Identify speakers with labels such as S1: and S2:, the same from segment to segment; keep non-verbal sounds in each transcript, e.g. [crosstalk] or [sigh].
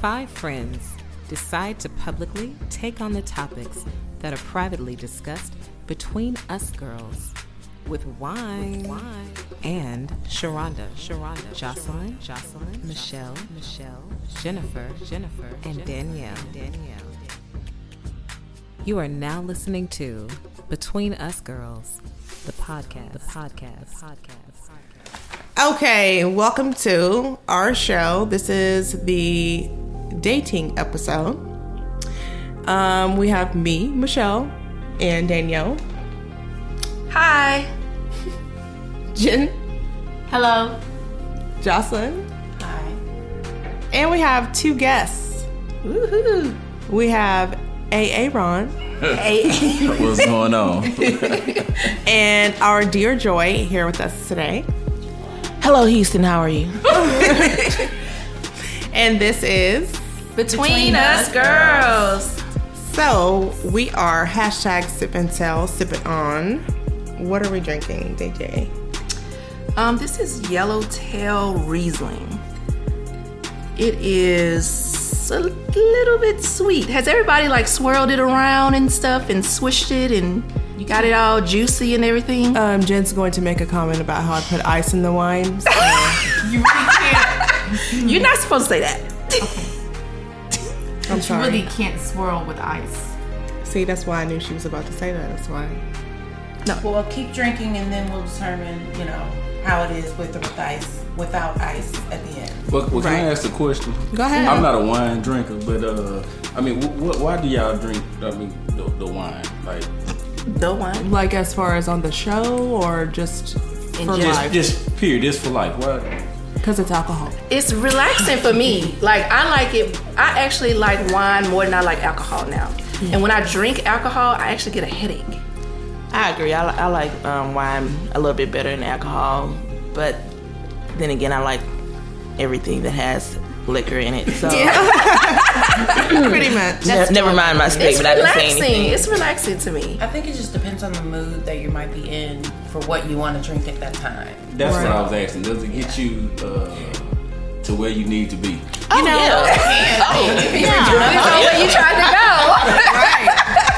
S1: five friends decide to publicly take on the topics that are privately discussed between us girls with wine, wine. and Sharonda, Sharonda, Jocelyn, Jocelyn, Michelle, Michelle, Jennifer, Jennifer, and Danielle, Danielle. You are now listening to Between Us Girls, the podcast, the podcast, the podcast.
S2: Okay, welcome to our show. This is the dating episode. Um, we have me, Michelle, and Danielle,
S3: Hi.
S2: Jen,
S3: Hello.
S2: Jocelyn,
S3: Hi.
S2: and we have two guests.
S3: Woohoo.
S2: We have AA Ron
S4: What's going on?
S2: and our dear Joy here with us today.
S5: Hello, Houston. How are you?
S2: [laughs] And this is
S3: Between, us, girls.
S2: so we are hashtag sip and tell, sip it on. What are we drinking, DJ?
S3: Um, this is Yellowtail Riesling. It is a little bit sweet. Has everybody like swirled it around and stuff and swished it and you got it all juicy and everything?
S2: Um, Jen's going to make a comment about how I put ice in the wine. so-
S3: You're not supposed to say that.
S2: I'm sorry.
S6: really can't swirl with ice.
S2: See, that's why I knew she was about to say that. That's why.
S7: Well, keep drinking, and then we'll determine, you know, how it is with or with ice, without ice at the end.
S4: [laughs] Well, well, can
S2: Right.
S4: I ask a question?
S2: Go ahead.
S4: I'm not a wine drinker, but uh, I mean, wh- wh- why do y'all drink? I mean, the, the wine, like
S3: The one.
S2: Like as far as on the show or just for
S4: just,
S2: life?
S4: just period, just for life. What?
S2: Because it's alcohol.
S3: It's relaxing for me. Like I like it. I actually like wine more than I like alcohol now. And when I drink alcohol, I actually get a headache.
S5: I agree. I, li- I like um, wine a little bit better than alcohol, but then again, I like everything that has liquor in it. So
S2: Pretty much.
S5: ne- never mind my
S3: It's
S5: statement. I didn't say
S3: relaxing.
S5: anything.
S3: It's relaxing to me.
S7: I think it just depends on the mood that you might be in for what you want to drink at that time.
S4: That's what I was asking. Does it get you uh, to where you need to be?
S5: Oh, yeah.
S3: So where you tried to go?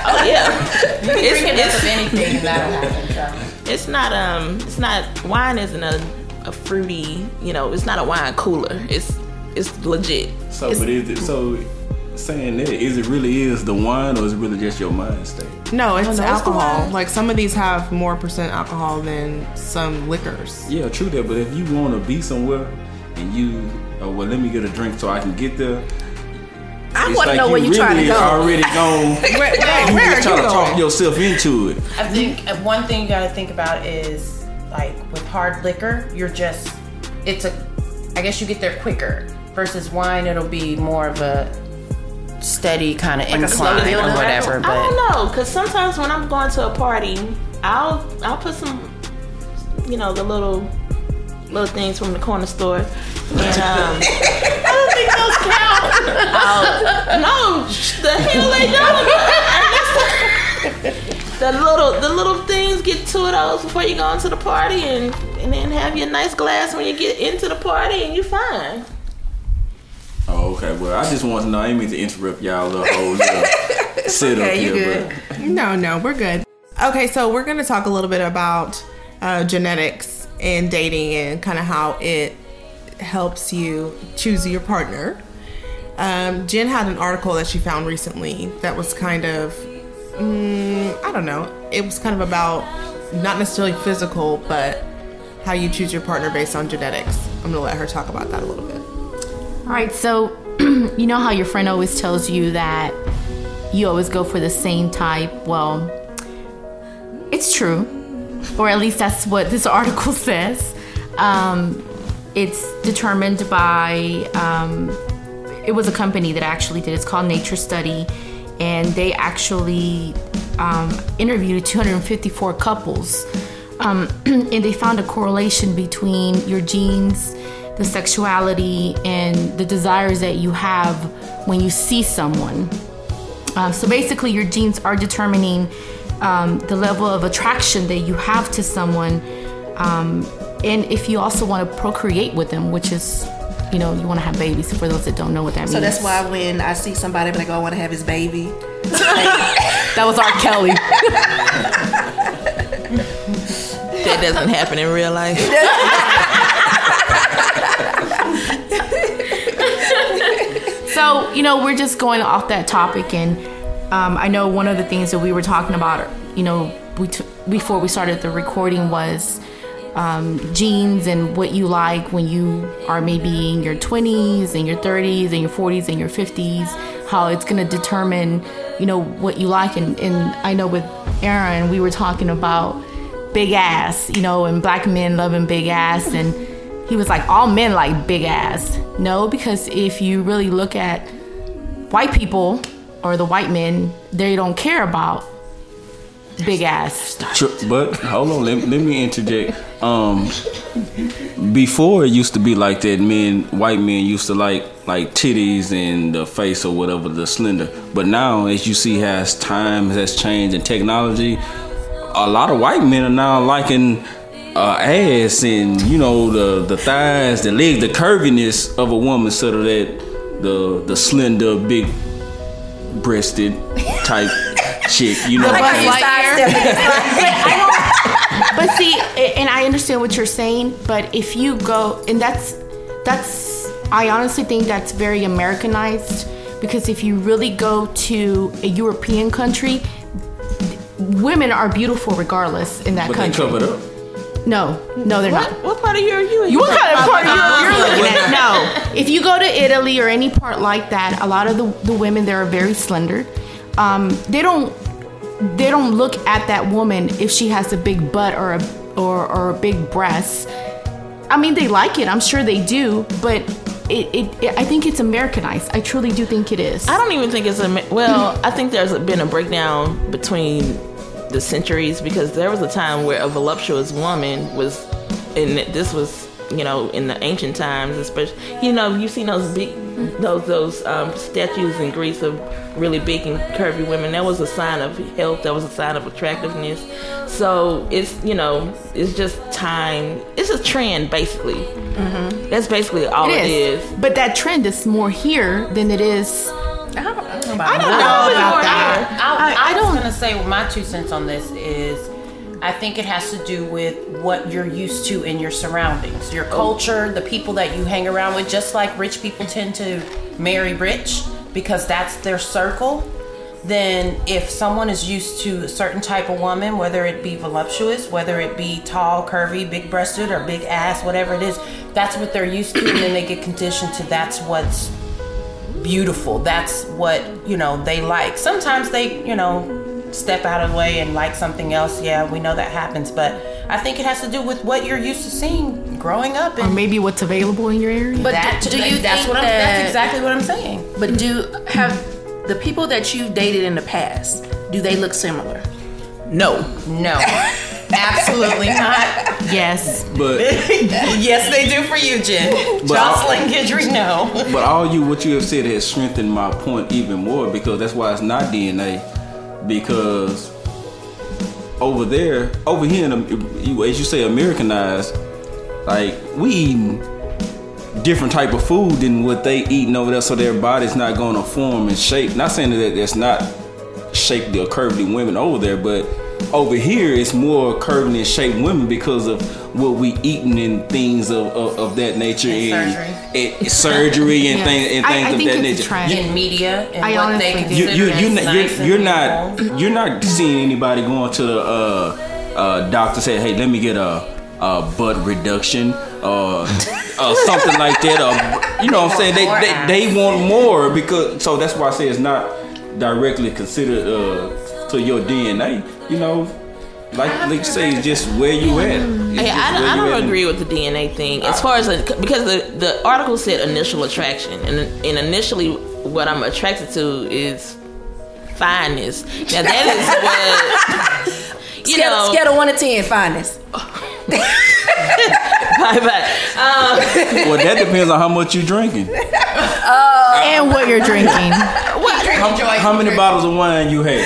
S5: Oh,
S7: [laughs]
S5: yeah. It's,
S7: If
S5: it's,
S7: anything, that'll happen. So.
S5: it's not um. It's not wine. Isn't a, a fruity. You know. It's not a wine cooler. It's it's legit.
S4: So, but is it so? Saying that, is it really is the wine, or is it really just your mind state?
S2: No, it's
S5: no, it's the
S2: alcohol.
S5: wine.
S2: like some of these have more percent alcohol than some liquors.
S4: Yeah, true that. But if you want to be somewhere, and you, oh, well, let me get a drink so I can get there.
S3: I
S4: It's
S3: want
S4: like
S3: to know where you
S4: really
S3: trying to
S2: [laughs]
S3: go.
S4: Already gone.
S2: where-
S4: you
S2: where
S4: just
S2: are
S4: trying
S2: you
S4: to
S2: going?
S4: talk yourself into it.
S7: I think uh, one thing you got to think about is like with hard liquor, you're just it's a. I guess you get there quicker versus wine. It'll be more of a steady kind of
S3: slow
S7: incline
S3: build
S7: or
S3: up.
S7: whatever.
S5: I
S7: But
S5: don't know, cause sometimes when I'm going to a party, I'll I'll put some, you know, the little little things from the corner store, and um, I don't think those count. I'll- no, sh- the hell they don't. I guess the, the little the little things get two of those before you go into the party, and and then have your nice glass when you get into the party, and you're fine.
S4: Oh, okay. Well, I just want to know. I didn't mean to interrupt y'all the
S2: [laughs]
S4: whole little sit up here, but
S2: No, no, we're good. Okay, so we're going to talk a little bit about uh, genetics and dating and kind of how it helps you choose your partner. Um, Jen had an article that she found recently that was kind of, mm, I don't know, it was kind of about not necessarily physical, but how you choose your partner based on genetics. I'm going to let her talk about that a little bit.
S6: All right, so [clears throat] you know how your friend always tells you that you always go for the same type? Well, it's true, or at least that's what this [laughs] article says. Um, it's determined by um, it was a company that actually did. It's called Nature Study, and they actually um, interviewed 254 couples, um, [clears throat] and they found a correlation between your genes, the sexuality, and the desires that you have when you see someone. Um, so basically, your genes are determining um, the level of attraction that you have to someone, um, and if you also want to procreate with them, which is you know, you want to have babies. For those that don't know what
S3: [laughs]
S6: that
S3: So
S6: means,
S3: that's why when I see somebody, I'm like, oh, I want to have his baby.
S6: that was R. Kelly.
S5: That doesn't happen in real life.
S6: So, you know, we're just going off that topic, and um, I know one of the things that we were talking about, you know, we t- before we started the recording was um, genes and what you like when you are maybe in your 20s and your 30s and your 40s and your 50s, how it's going to determine, you know, what you like. And, and I know with Aaron, we were talking about big ass, you know, and black men loving big ass and he was like, all men like big ass. No, because if you really look at white people or the white men, they don't care about big ass.
S4: Tr- But hold on, let, let me interject. Um, before it used to be like that. Men, white men used to like like titties and the face or whatever, the slender. But now, as you see, as time has changed and technology, a lot of white men are now liking uh, ass and you know the the thighs, the legs, the curviness of a woman, sort of that the the slender, big breasted type chick. You know,
S6: Buzz Lightyear. but I don't. But see, a- and I understand what you're saying, but if you go, and that's that's, I honestly think that's very Americanized because if you really go to a European country, women are beautiful regardless in that
S4: but they
S6: country.
S4: covered up.
S6: No, no, they're not.
S5: What part of you are you in?
S6: You what kind of part you're,
S5: Uh,
S6: you're looking at? No. If you go to Italy or any part like that, a lot of the, the women there are very slender. Um, they don't they don't look at that woman if she has a big butt or a or, or a big breast. I mean, they like it. I'm sure they do, but it, it, it I think it's Americanized. I truly do think it is.
S5: I don't even think it's a ma- well. I think there's been a breakdown between the centuries because there was a time where a voluptuous woman was, and this was you know in the ancient times, especially you know you've seen those big those those um, statues in Greece of really big and curvy women. That was a sign of health. That was a sign of attractiveness. So it's you know it's just time. It's a trend basically. That's basically all
S6: Mm-hmm. it
S5: it
S6: is.
S5: is.
S6: But that trend is more here than it is.
S3: I don't, I don't know about
S5: I don't know about that.
S7: I,
S6: I-
S7: I,
S6: I
S7: was
S6: don't-
S7: gonna say my two cents on this is, I think it has to do with what you're used to in your surroundings, your
S6: Oh.
S7: culture, the people that you hang around with. Just like rich people tend to marry rich because that's their circle. Then, if someone is used to a certain type of woman, whether it be voluptuous, whether it be tall, curvy, big breasted, or big ass, whatever it is, that's what they're used to, and then they get conditioned to that's what's beautiful. That's what, you know, they like. Sometimes they, you know, step out of the way and like something else. Yeah, we know that happens, but I think it has to do with what you're used to seeing growing up
S6: Or
S7: and
S6: maybe what's available in your area.
S3: But
S7: that,
S3: do, do you
S7: that's
S3: think
S7: what I'm,
S3: that,
S7: that's exactly what I'm saying.
S3: But do have the people that you've dated in the past? Do they look similar?
S5: No.
S7: No. [laughs] Absolutely [laughs] not.
S6: yes.
S4: But
S7: Yes, they do for you, Jen. Jocelyn Guidry, no.
S4: But all you what you have said has strengthened my point even more because that's why it's not DNA. Because over there, over here, in, Am- you- as you say, Americanized, like we eating different type of food than what they eating over there, so their body's not going to form and shape. Not saying that that's not shaped or curvy women over there, but over here it's more curvy and shaped women because of what we eating and things of, of, of that nature and, and surgery and
S6: Yes.
S4: things and
S6: I-
S4: things
S6: I
S4: of
S6: think
S4: that
S6: it's a
S4: nature.
S6: trend.
S7: In media and
S6: I
S7: what they
S6: honestly do.
S7: consider
S4: You, you, you,
S7: as
S4: not- you're,
S7: nice and
S4: you're not
S7: beautiful.
S4: you're not seeing anybody going to the uh, uh, doctor say, hey, let me get a, a butt reduction or
S6: [laughs]
S4: or something like that. Or, you know what I'm saying?
S7: More
S4: They, they, they want more because so that's why I say it's not directly considered uh, to your DNA. You know, like like you say, it's just where you at. It's
S5: Yeah,
S4: just where you
S5: I, don't- I
S4: at
S5: don't
S4: and-
S5: agree with the DNA thing as far as the, because the, the article said initial attraction, and and initially what I'm attracted to is fineness. Now that is what you
S3: Scale,
S5: know.
S3: scale of one to ten, finest.
S5: Bye bye.
S4: Well, that depends on how much you're drinking.
S6: And what you're drinking.
S4: How, how many bottles of wine you had?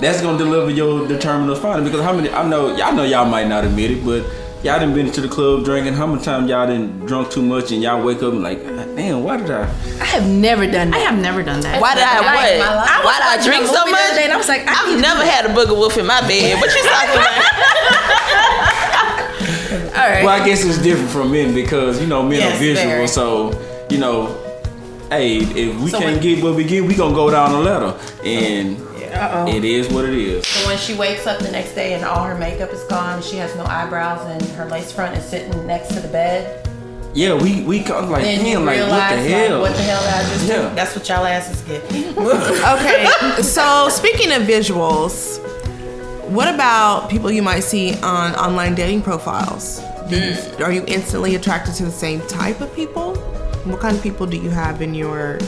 S7: [laughs]
S4: That's gonna deliver your determinant of finding because how many? I know y'all know y'all might not admit it, but y'all done been to the club drinking. How many times y'all done drunk too much and y'all wake up and like, "God damn, why did I?
S3: I have never done
S6: I
S3: that.
S6: have never done that.
S5: Why did I
S7: Like
S5: what?
S7: my life. I
S5: Why did I drink so
S3: movie the other
S5: much?
S3: day and I was like, I need
S5: I've
S3: to
S5: never had a booger wolf in my bed. What you talking [laughs] about?
S3: All right.
S4: Well, I guess it's different from men because you know men
S7: Yes,
S4: are visual,
S7: very.
S4: so you know, hey, if we
S7: So
S4: can't
S7: when-
S4: get what we get, we gonna go down the ladder, and it is what it is.
S7: So when she wakes up the next day and all her makeup is gone, she has no eyebrows and her lace front is sitting next to the bed,
S4: Yeah, we we come like,
S7: then you
S4: damn, like
S7: realize
S4: what the hell?
S7: what the hell did I just
S4: Yeah.
S7: do? That's what y'all asses get.
S2: Okay, so speaking of visuals, what about people you might see on online dating profiles? Do you, Are you instantly attracted to the same type of people? What kind of people do you have in your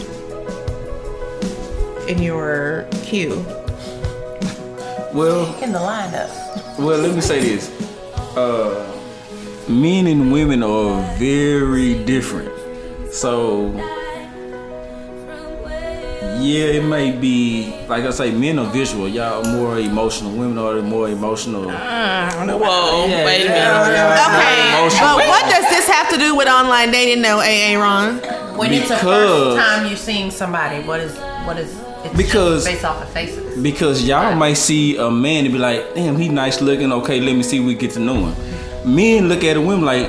S2: in your queue?
S4: Well,
S7: In the lineup.
S4: well, let me say this: uh, men and women are very different. So yeah, it may be like I say, men are visual. Y'all are more emotional. Women are more emotional.
S5: Ah, Whoa, wait a minute.
S2: Okay,
S4: Emotional.
S2: but Oh, what does this have to do with online dating, though, AA Ron?
S7: When it's the
S4: Because-
S7: first time you've seen somebody, what is what is it's
S4: Because-
S7: just based off of faces.
S4: Because y'all might see a man and be like, damn, he nice looking. Okay, let me see if we get to know him. Men look at a woman like,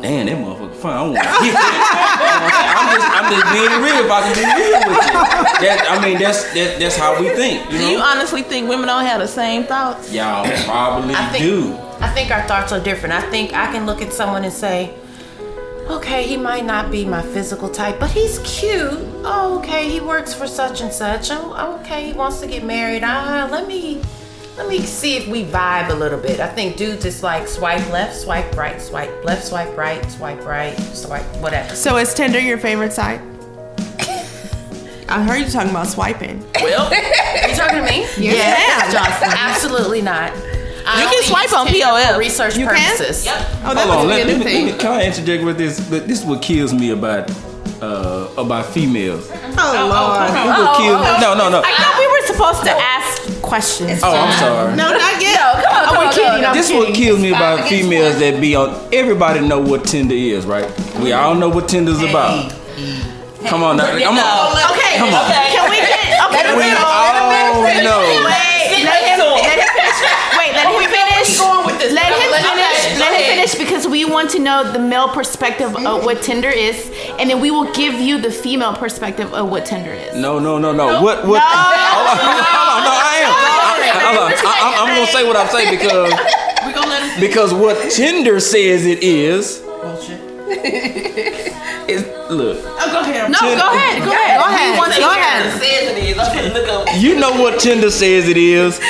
S4: damn, that motherfucker fine. I want to hit that. [laughs] I'm, just, I'm just being real. If I can be real with you, that, I mean, that's that, that's how we think. You
S5: Do you
S4: know?
S5: honestly think women don't have the same thoughts?
S4: Y'all probably
S7: I think
S4: do.
S7: I think our thoughts are different. I think I can look at someone and say, okay, he might not be my physical type, but he's cute. Oh, okay, he works for such and such. Oh, okay, he wants to get married. Ah, let me let me see if we vibe a little bit. I think dudes just like swipe left, swipe right, swipe left, swipe right, swipe right, swipe whatever.
S2: So is Tinder your favorite [laughs] site? I heard you talking about swiping.
S7: Are you talking to me?
S2: [laughs] Yeah.
S7: Jocelyn. Absolutely not. I
S5: You can
S7: only
S5: swipe
S7: use
S5: on
S7: Tinder
S5: POL.
S7: for research
S2: You can?
S7: purposes.
S2: Oh, that
S4: Hold on,
S2: must be a
S4: let, let
S2: new
S4: me, let me,
S2: thing.
S4: can I interject with this? But this is what kills me about uh, about females.
S2: Oh, Lord.
S4: This is what kills me. No, no, no.
S6: I thought we were supposed to ask questions.
S4: Oh, I'm sorry.
S2: No, not yet.
S6: Oh, we're kidding. I'm
S4: This is
S6: kidding.
S4: what kills me about females that be on. Everybody know what Tinder is, right? We all know what Tinder's about. Come on, now. come on.
S5: Okay,
S4: Come on.
S5: okay. Can we get okay?
S4: We all know.
S6: Let him finish. Wait, let him finish. Let him finish. Let him finish because we want to know the male perspective of what Tinder is, and then we will give you the female perspective of what Tinder is.
S4: No, no, no, no. What? What?
S6: No.
S4: Hold on, hold on. No, I am. I- Hold on. I, am gonna say what I'm saying because
S5: We gonna let him.
S4: because what Tinder says it is. [laughs] Bullshit. look,
S5: Oh, go ahead.
S6: No,
S4: Tinder-
S6: go ahead. Go ahead.
S2: Go ahead.
S5: want to
S2: Go
S5: hear
S2: ahead.
S5: the sensitive. I'm gonna look up.
S4: you know what Tinder says it is.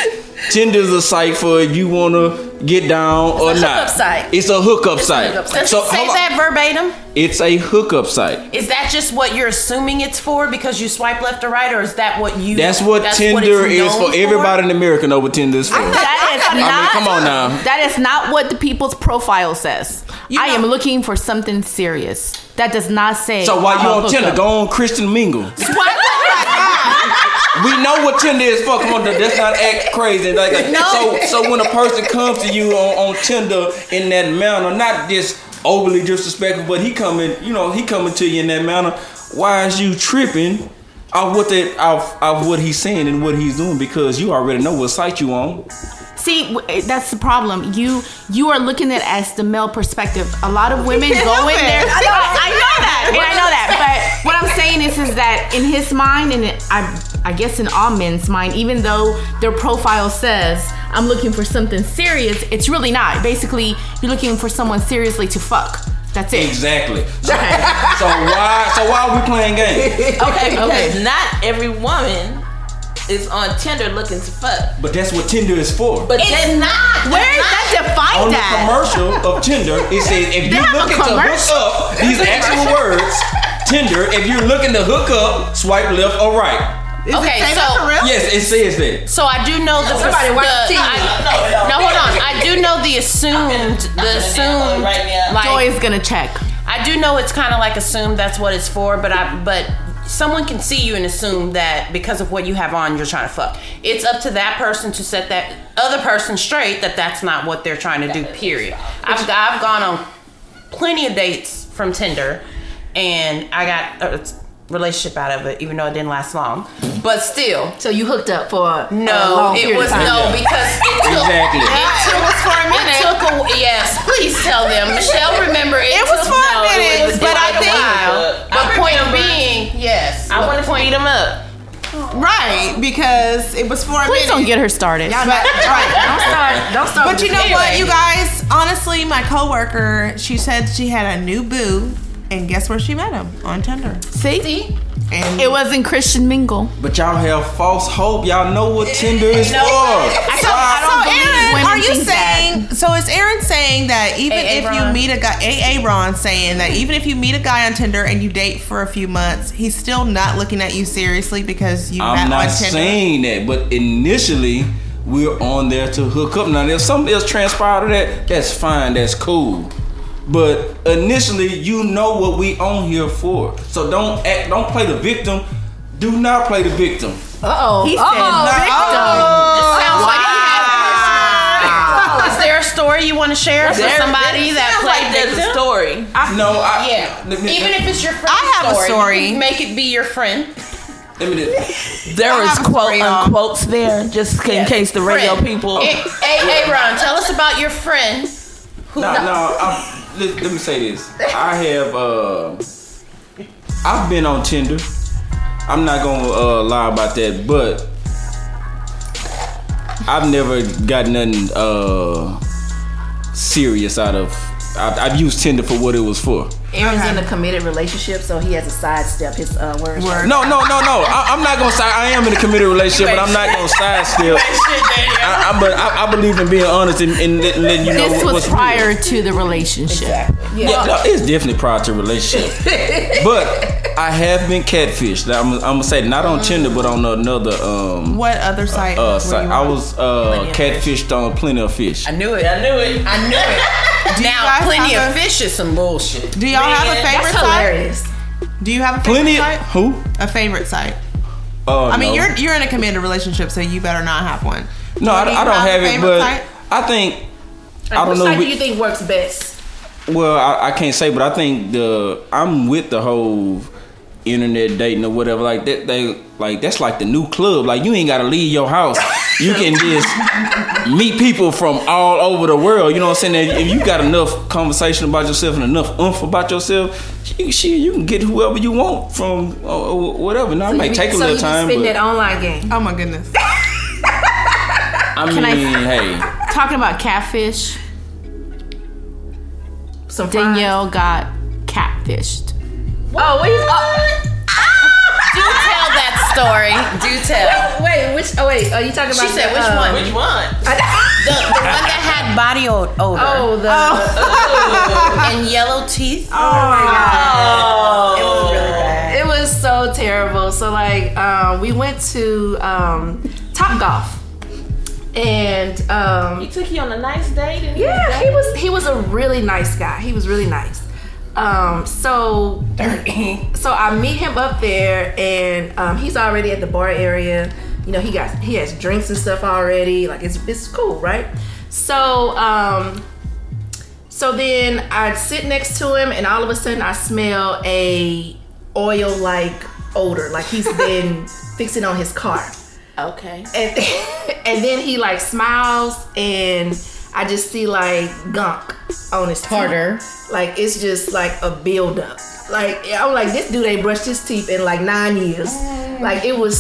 S4: Tinder's a site for if you wanna get down or not.
S3: a hookup site.
S4: It's a hookup site.
S3: hookup site.
S4: So
S7: Say
S4: hold on.
S7: that verbatim.
S4: It's a hookup site.
S7: Is that just what you're assuming it's for because you swipe left or right, or is that what you?
S4: That's what Tinder
S7: it's
S4: is
S7: known
S4: for. Everybody in America know what Tinder is for.
S6: That is
S4: I mean,
S6: not.
S4: come on now.
S6: That is not what the people's profile says. I
S2: know-
S6: am looking for something serious. That does not say.
S4: So while you
S6: I'm a
S4: on Tinder,
S6: hookup.
S4: go on Christian Mingle. [laughs] we know what Tinder is for. Come on, that's not act crazy. Like, like, So, so when a person comes to you on, on Tinder in that manner, not just overly disrespectful, but he coming, you know, he coming to you in that manner. Why is you tripping? Of what that, of, of what he's saying and what he's doing, because you already know what site you on.
S6: See, w- eh, that's the problem. You you are looking at it as the male perspective. A lot of women go
S2: help
S6: in
S2: it.
S6: there. I know, I [laughs] know that. and I know that. But what I'm saying is, is that in his mind, and it- I I guess in all men's mind, even though their profile says I'm looking for something serious, it's really not. Basically, you're looking for someone seriously to fuck. That's it. [laughs]
S4: Exactly. So, so why? So why are we playing games?
S5: Okay, because
S6: Okay.
S5: not every woman is on Tinder looking to fuck.
S4: But that's what Tinder is for.
S5: But it's not.
S6: Where is that
S4: on
S6: defined
S4: the
S6: at?
S4: commercial of Tinder, it says if
S6: They
S4: you're
S6: have a
S4: looking to hook
S6: commercial?
S4: up these actual words, Tinder, if you're looking to hook up, swipe left or right.
S7: Okay,
S2: Say that for
S7: so
S2: real?
S4: Yes, it says that.
S7: so I do know the.
S3: Somebody
S7: the
S3: watch TV.
S7: I, no, hold on. I do know the assumed. The assumed.
S5: right now.
S7: Like
S6: Joy is gonna check.
S7: I do know it's kind of like assumed that's what it's for, but I but someone can see you and assume that because of what you have on, you're trying to fuck. It's up to that person to set that other person straight that that's not what they're trying to do. Period. I've I've gone on plenty of dates from Tinder, and I got a relationship out of it, even though it didn't last long. But still,
S6: So you hooked up for a
S7: no,
S6: long
S7: it
S6: period
S7: was
S6: of time.
S7: no because it took
S4: Exactly.
S7: it took us for a minute. It took a yes. Please tell them. Michelle, remember it. It was took,
S5: for
S7: no,
S5: a
S7: it
S5: minute,
S7: was- it
S5: but I
S7: took a
S5: think-
S7: while.
S5: I
S7: But point
S5: remember.
S7: being, yes.
S5: I want to speed them up.
S2: Right, because it was for a
S6: Please
S2: minute.
S6: don't get her started.
S2: Y'all not- right.
S6: Don't start. Don't start.
S2: But you know what, you guys? Honestly, my coworker, she said she had a new boo, and guess where she met him? On Tinder.
S6: See?
S2: And
S6: It wasn't Christian Mingle.
S4: But y'all have false hope. Y'all know what Tinder is for.
S7: Oh,
S2: So,
S6: don't
S2: so
S6: believe
S2: Aaron,
S6: women
S2: are you
S6: think that.
S2: saying? So is Aaron saying that even if you meet a guy, AA Ron saying that even if you meet a guy on Tinder and you date for a few months, he's still not looking at you seriously because you met
S4: I'm not
S2: on Tinder.
S4: saying that, but initially we're on there to hook up. Now, if something else transpired of that, that's fine, that's cool. But initially, you know what we on here for. So don't act, don't play the victim. Do not play the victim.
S6: Uh-oh. He said,
S2: Oh,
S7: Sounds like you had a personal- Oh, Is there a story you want to share with somebody that played
S5: There's a
S7: victim?
S5: story.
S4: no, I
S5: [laughs]
S7: Yeah.
S4: Let me,
S7: Even if it's your friend,
S2: I have a story.
S7: Make it be your friend.
S4: let me, just-
S5: There
S2: I
S5: is
S2: have a
S5: quote
S2: story, y'all.
S5: unquotes there, just in case the radio
S7: Friend.
S5: people.
S7: Hey, hey, Ron, tell us about your friend. Who
S4: no, no. I'm, let, let me say this. I have uh, I've been on Tinder. I'm not gonna uh, lie about that, but I've never got nothing uh, serious out of. I've, I've used Tinder for what it was for.
S6: Aaron's in a committed relationship, so he has to sidestep his uh, words.
S4: No, no, no, no. I, I'm not gonna side. I am in a committed relationship, but I'm not gonna
S7: [laughs]
S4: sidestep. I, I, but I, I believe in being honest and, and let- letting you know
S6: This
S4: what-
S6: was
S4: what's
S6: prior to the relationship.
S4: Yeah, no, it's definitely prior
S2: [laughs]
S4: to relationship. but I have been catfished. Now, I'm, I'm gonna say not on Tinder, but on another um
S2: What other site?
S4: uh
S2: were
S4: site.
S2: you
S4: I
S2: on?
S4: was uh catfished on plenty of fish.
S7: knew it. I knew it. I knew
S5: [laughs]
S7: it. now,
S2: guys
S7: plenty
S2: have
S7: of
S2: a-
S7: fish is some bullshit.
S2: Do y'all have a favorite
S6: That's
S2: site?
S6: hilarious.
S2: Do you have a favorite
S4: Plenty of
S2: site?
S4: who?
S2: a favorite site.
S4: Oh,
S2: I mean,
S4: no.
S2: you're you're in a committed relationship, so you better not have one.
S4: no, I,
S2: Do you
S4: I don't
S2: a
S4: have it,
S2: favorite
S4: but
S2: site?
S4: I think I
S6: Which
S4: don't know.
S6: side
S4: whi-
S6: do you think works best?
S4: Well, I, I can't say, but I think the I'm with the whole internet dating or whatever. Like that, they like that's like the new club. Like you ain't gotta leave your house. You
S6: [laughs]
S4: can just meet people from all over the world. You know what I'm saying? If you got enough conversation about yourself and enough oomph about yourself, you, shit, you can get whoever you want from or, or whatever. Now it might take a little time, but
S6: online game.
S2: Oh my goodness.
S4: I mean,
S6: I- [laughs]
S4: hey,
S6: Talking about catfish,
S3: Some fries.
S6: Danielle got catfished.
S3: Oh, wait. Oh,
S7: Do tell that story. Do tell.
S3: wait, which? Oh, wait. Are you talking about?
S7: She said,
S3: the,
S7: which
S3: uh,
S7: one?
S5: Which one?
S3: [laughs]
S7: The, the one that had body o- odor Oh.
S3: Oh, the. [laughs] Oh
S7: and yellow teeth. Oh.
S3: It was really bad. It was so terrible. So like, um, we went to um, Top Golf, and um,
S5: He took you on a nice date. And
S3: yeah, he was he was a really nice guy. He was really nice. Um, so so I meet him up there, and um, he's already at the bar area. You know, he got he has drinks and stuff already. Like it's it's cool, right? So um, so then I sit next to him, and all of a sudden I smell a oil like odor, like he's been [laughs] fixing on his car
S7: Okay.
S3: and [laughs] and then he like smiles and I just see like gunk on his tartar. Like it's just like a buildup. Like I'm like this dude ain't brushed his teeth in like nine years. Like it was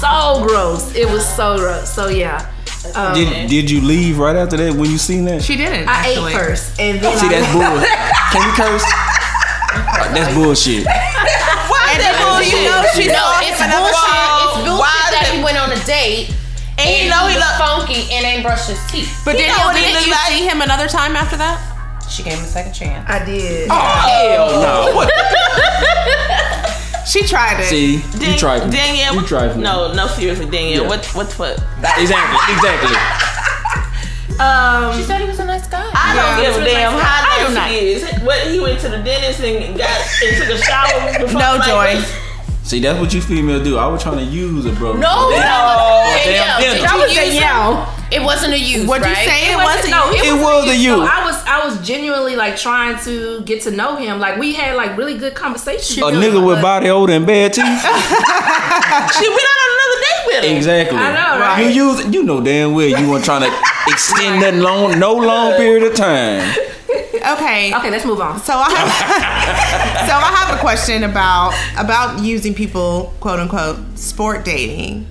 S3: so gross. It was so gross. So yeah,
S4: did did you leave right after that when you seen that?
S2: She didn't.
S3: I
S2: actually.
S3: ate first and then
S4: See,
S3: I,
S4: that's bull. Can we curse? That's bullshit.
S2: Why the hell you know she
S7: No,
S2: saw
S7: it's
S2: another
S7: bullshit.
S2: girl?
S7: It's bullshit that he went on a date and,
S2: you know he
S7: was
S2: look-
S7: funky and ain't brushed his teeth.
S2: But
S7: He
S2: did
S7: know what
S2: he
S7: he
S2: didn't
S7: look
S2: you see him another time after that?
S7: She gave him a second chance.
S3: I did.
S4: Hell no. What?
S2: She tried it.
S4: See,
S5: Dan-
S4: you trifling.
S5: Danielle,
S4: you
S5: what-
S4: trifling.
S5: No, no, seriously, Danielle.
S4: Yeah.
S5: What, what the fuck?
S4: exactly, exactly.
S7: She said he was a nice guy.
S5: I don't give a damn how
S6: do
S5: nice he is. What he went to the dentist and got and took a shower. before-
S2: No,
S5: like,
S2: Joy.
S4: See, that's what you female do. I was trying to use it, bro.
S7: No,
S4: Damn, Oh,
S7: that
S4: damn,
S7: was
S4: damn.
S7: a yell. Did you use
S2: yell.
S7: it? It wasn't a use.
S2: What'd you
S7: right?
S2: say? It wasn't
S7: no,
S2: a
S7: it
S4: It
S7: was.
S4: was a
S3: So
S4: you.
S3: I was I was genuinely like trying to get to know him. Like we had like really good conversations.
S4: A nigga with body odor and bad teeth.
S5: She went out on another date with him.
S4: Exactly.
S3: I know, right?
S4: You use you know damn well you weren't trying to extend that long no long period of time.
S2: Okay.
S3: Okay, let's move on.
S2: So I have, so I have [laughs] a question about about using people quote unquote sport dating.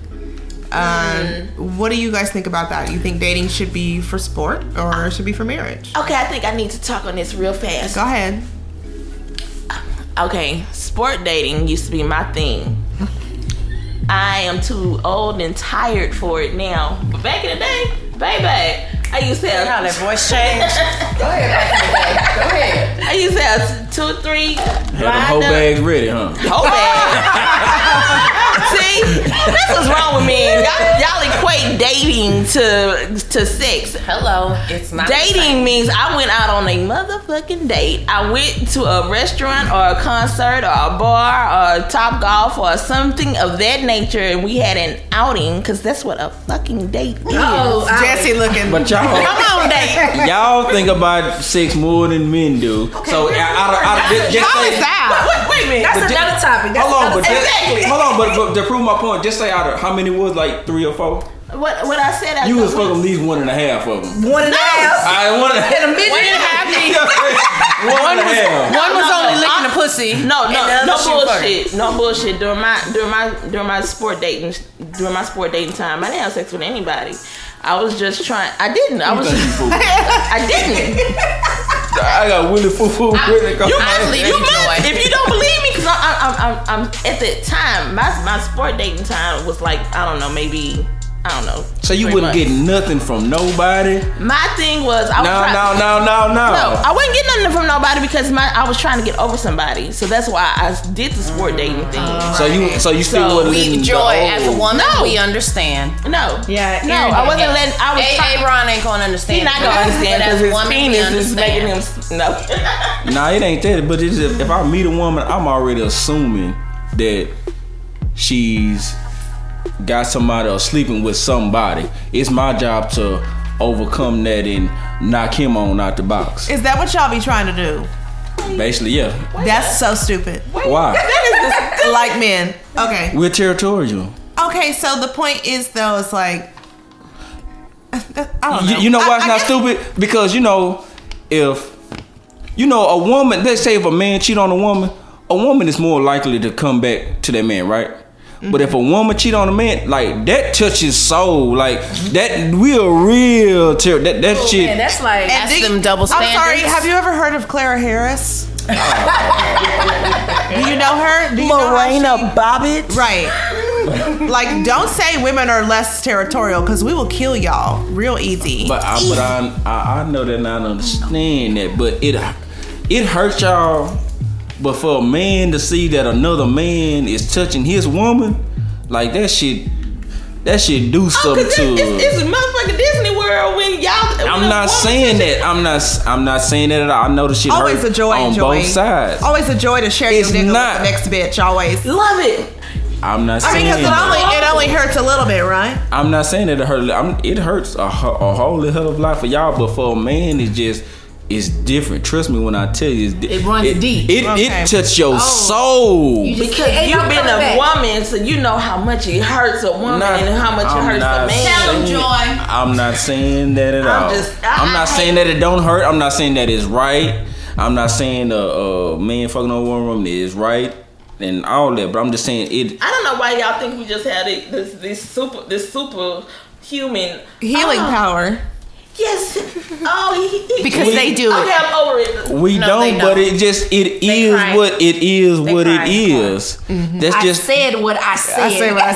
S2: Um, What do you guys think about that? You think dating should be for sport or it should be for marriage?
S5: Okay, I think I need to talk on this real fast.
S2: Go ahead.
S5: Okay, sport dating used to be my thing. I am too old and tired for it now. But back in the day, baby, I used to have
S7: How that voice
S5: [laughs]
S7: changed.
S5: I used to have two, three.
S4: Had them whole bags ready, huh?
S5: Whole bag. See, this is wrong with me. Y'all, y'all equate dating to to sex.
S7: Hello, it's not
S5: Dating means I went out on a motherfucking date. I went to a restaurant or a concert or a bar or a top golf or something of that nature, and we had an outing because that's what a fucking date is.
S3: Oh, I-
S2: Jesse looking.
S4: But y'all
S5: Come on, date.
S4: y'all think about sex more than men do. so out of, out of just, just
S2: How
S4: say,
S2: is that?
S5: [laughs] Wait, wait a minute.
S3: that's another topic. That's
S4: Hold on, but
S3: another
S4: just-
S5: Exactly.
S4: hold on, but, but to prove my point, just say out of how many was like three or four.
S5: What what I said? I
S4: You was
S5: thought
S4: fucking at least one and a half of them.
S3: [laughs] one and a half.
S4: I want to
S3: And a midget and a [laughs] half.
S4: one and a half.
S7: One was only
S5: no,
S7: licking
S5: I-
S7: the pussy.
S5: No, no,
S7: and the
S5: no
S7: other shoe
S5: bullshit. No bullshit. During my during my during my sport dating during my sport dating time, I didn't have sex with anybody. I was just trying. I didn't. I was.
S4: Thank you, fool.
S5: [laughs] I didn't.
S7: [laughs]
S4: I got Willie Foo Foo critical.
S5: You
S7: I
S5: must.
S7: believe
S5: You
S7: you,
S5: must.
S7: Joy.
S5: If you don't believe me, because I'm, I'm, I'm, I'm at that time. My my sport dating time was like I don't know, maybe I don't know.
S4: So you
S5: three
S4: wouldn't
S5: months.
S4: get nothing from nobody.
S5: My thing was I was
S4: No,
S5: trying-
S4: no, no, no,
S5: No,
S4: no.
S5: I wasn't getting nothing from nobody because my I was trying to get over somebody, so that's why I did the sport dating thing.
S7: Uh,
S4: So you, so you still
S5: So
S4: wouldn't.
S7: We
S4: even
S7: joy
S4: go,
S7: as a woman.
S5: No.
S7: We understand.
S5: No.
S2: Yeah,
S5: No, I wasn't letting. I was. try-
S7: A- Ron ain't gonna understand.
S5: He not gonna
S7: But
S5: understand
S7: as
S5: because
S7: a
S5: his
S7: woman, we
S5: penis is making him.
S7: understand.
S5: s- No.
S4: Nah, it ain't that. But it's just, if I meet a woman, I'm already assuming that she's got somebody or sleeping with somebody. It's my job to overcome that and knock him on out the box.
S2: Is that what y'all be trying to do?
S4: Basically, yeah.
S2: That's so stupid.
S4: Why?
S2: Like men. Okay.
S4: We're territorial.
S2: Okay. So the point is though, it's like. I don't know.
S4: You, you know why
S2: I-
S4: it's
S2: I
S4: not
S2: guess-
S4: stupid? Because you know, if you know a woman, let's say if a man cheat on a woman, a woman is more likely to come back to that man, right? But if a
S2: Mm-hmm.
S4: woman cheat on a man, like that touches soul, like that we a real ter- that
S2: Oh,
S4: that shit.
S3: And that's like
S2: And
S7: That's
S2: do
S7: them double
S2: I'm sorry.
S7: standards.
S2: Have you ever heard of Clara
S4: [laughs]
S2: Harris? Do you know her? Do you know how she-
S5: Bobbitt.
S2: right. Like, don't say women are less territorial because we will kill y'all real easy.
S4: but I, but I, I I know that and I understand that, but it it hurts y'all. But for a man to see that another man is touching his woman, like that shit, that shit do something
S5: Because
S4: to.
S5: Oh, it's, it's motherfucking Disney World when y'all.
S4: I'm not saying that. I'm not. I'm not saying that at all. I know the shit
S2: always a
S4: hurt
S2: joy.
S4: on
S2: joy.
S4: both sides.
S5: Oh,
S2: Always a joy to share
S4: It's
S2: your nigga
S4: not.
S2: with the next bitch. Always.
S5: Love it.
S4: I'm not
S2: I mean,
S4: saying.
S2: because it only
S4: that.
S2: it only hurts a little bit, right?
S4: I'm not saying that it hurt. I'm, it hurts a, ho- a whole hell of a lot for y'all, but for a man, it's just. It's different. Trust me when I tell you. It's di-
S7: It runs deep.
S4: It,
S2: Okay.
S4: it touches your soul.
S7: You just-
S5: Because
S7: Ain't
S5: you've
S7: no
S5: been a
S7: coming back.
S5: woman, so you know how much it hurts a woman
S4: Nah,
S5: and how much
S4: I'm
S5: it hurts
S4: not
S5: a man.
S7: Tell 'em,
S4: saying-
S7: Joy.
S4: I'm not saying that at
S5: I'm
S4: all.
S5: just- I-
S4: I'm
S5: I
S4: not saying that it don't hurt. I'm not saying that it's right. I'm not saying a uh, uh, man fucking over a woman is right and all that. But I'm just saying it.
S5: I don't know why y'all think we just had it, this this super this super human
S2: Healing
S5: Oh,
S2: power.
S5: Yes. Oh, he, he,
S7: Because
S5: he-
S7: they do
S5: Okay,
S7: it.
S5: I'm over it.
S4: We
S7: No,
S4: don't,
S7: they
S4: but
S7: don't.
S4: it just it is
S7: cry.
S4: what it is.
S7: They
S4: what
S7: cry.
S4: it is. That's
S7: I
S4: just
S7: said what I said.
S2: I say what I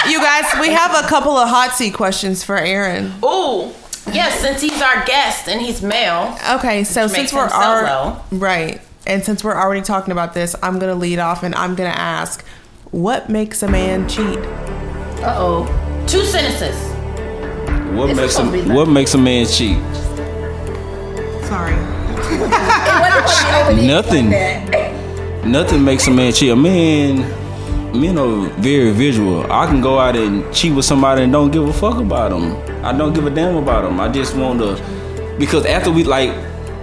S7: [laughs]
S2: say. you guys, we have a couple of hot seat questions for Aaron.
S5: Ooh.
S7: Yes, since he's our guest and he's male.
S2: Okay, so since
S7: makes
S2: we're
S7: him so
S2: alre-
S7: low.
S2: right, and since we're already talking about this, I'm gonna lead off and I'm gonna ask, what makes a man cheat?
S7: Uh oh. Two sentences.
S4: what makes a
S7: supposed to be
S4: what makes a man cheat.
S2: Sorry.
S4: Nothing. Nothing makes a man cheat. A man men are very visual. I can go out and cheat with somebody and don't give a fuck about them. I don't give a damn about them. I just want to, because after we like,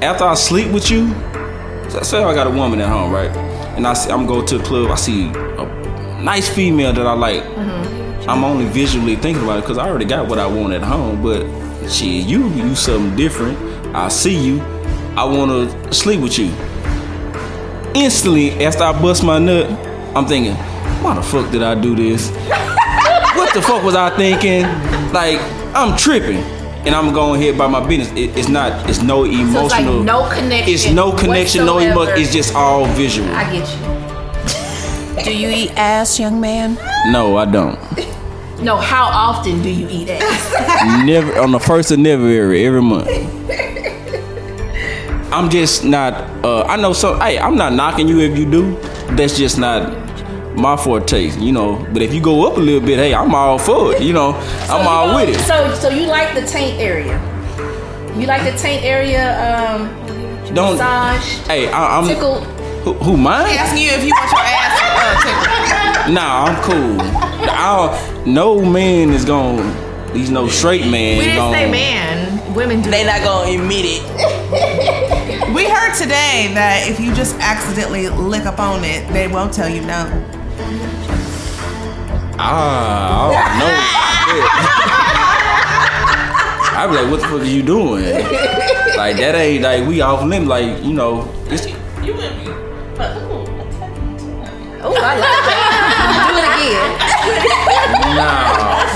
S4: after I sleep with you, so say I got a woman at home, right? And I see, I'm go to the club. I see a nice female that I like. I'm only visually thinking about it because I already got what I want at home. But she, you, you something different. I see you. I want to sleep with you instantly after I bust my nut, I'm thinking, why the fuck did I do
S3: [laughs]
S4: this? what the fuck was I thinking? Like, I'm tripping. And I'm going ahead by my business. It, it's not, it's no emotional.
S3: So it's like no connection.
S4: It's no connection, no
S3: whatsoever.
S4: emotion. It's just all visual.
S3: I get you.
S7: Do you eat ass, young man?
S4: no, I don't.
S3: No, how often do you eat ass?
S4: never on the first of never every every month. I'm just not. Uh, I know some. Hey, I'm not knocking you if you do. That's just not my forte, you know. But if you go up a little bit, hey, I'm all for it. You know, I'm all with it.
S3: So, so you like the taint area? You like the taint area? Um,
S4: Don't.
S3: massaged,
S4: Hey, I, I'm.
S3: tickled.
S4: Who, who mine?
S2: Asking you if you want your
S7: [laughs]
S2: ass uh, tickled.
S4: Nah, I'm cool. I don't, no man is gonna. He's no straight man.
S7: We didn't
S4: gonna,
S7: say man. Women do. They not gonna admit it.
S2: [laughs] We heard today that if you just accidentally lick up on it, they won't tell you no.
S4: Ah, I don't know. I'd be like, what the fuck are you doing? Like that ain't like we off limit. Like you know, it's,
S5: You wouldn't be. But, ooh, I tell you too.
S3: Oh, I like that.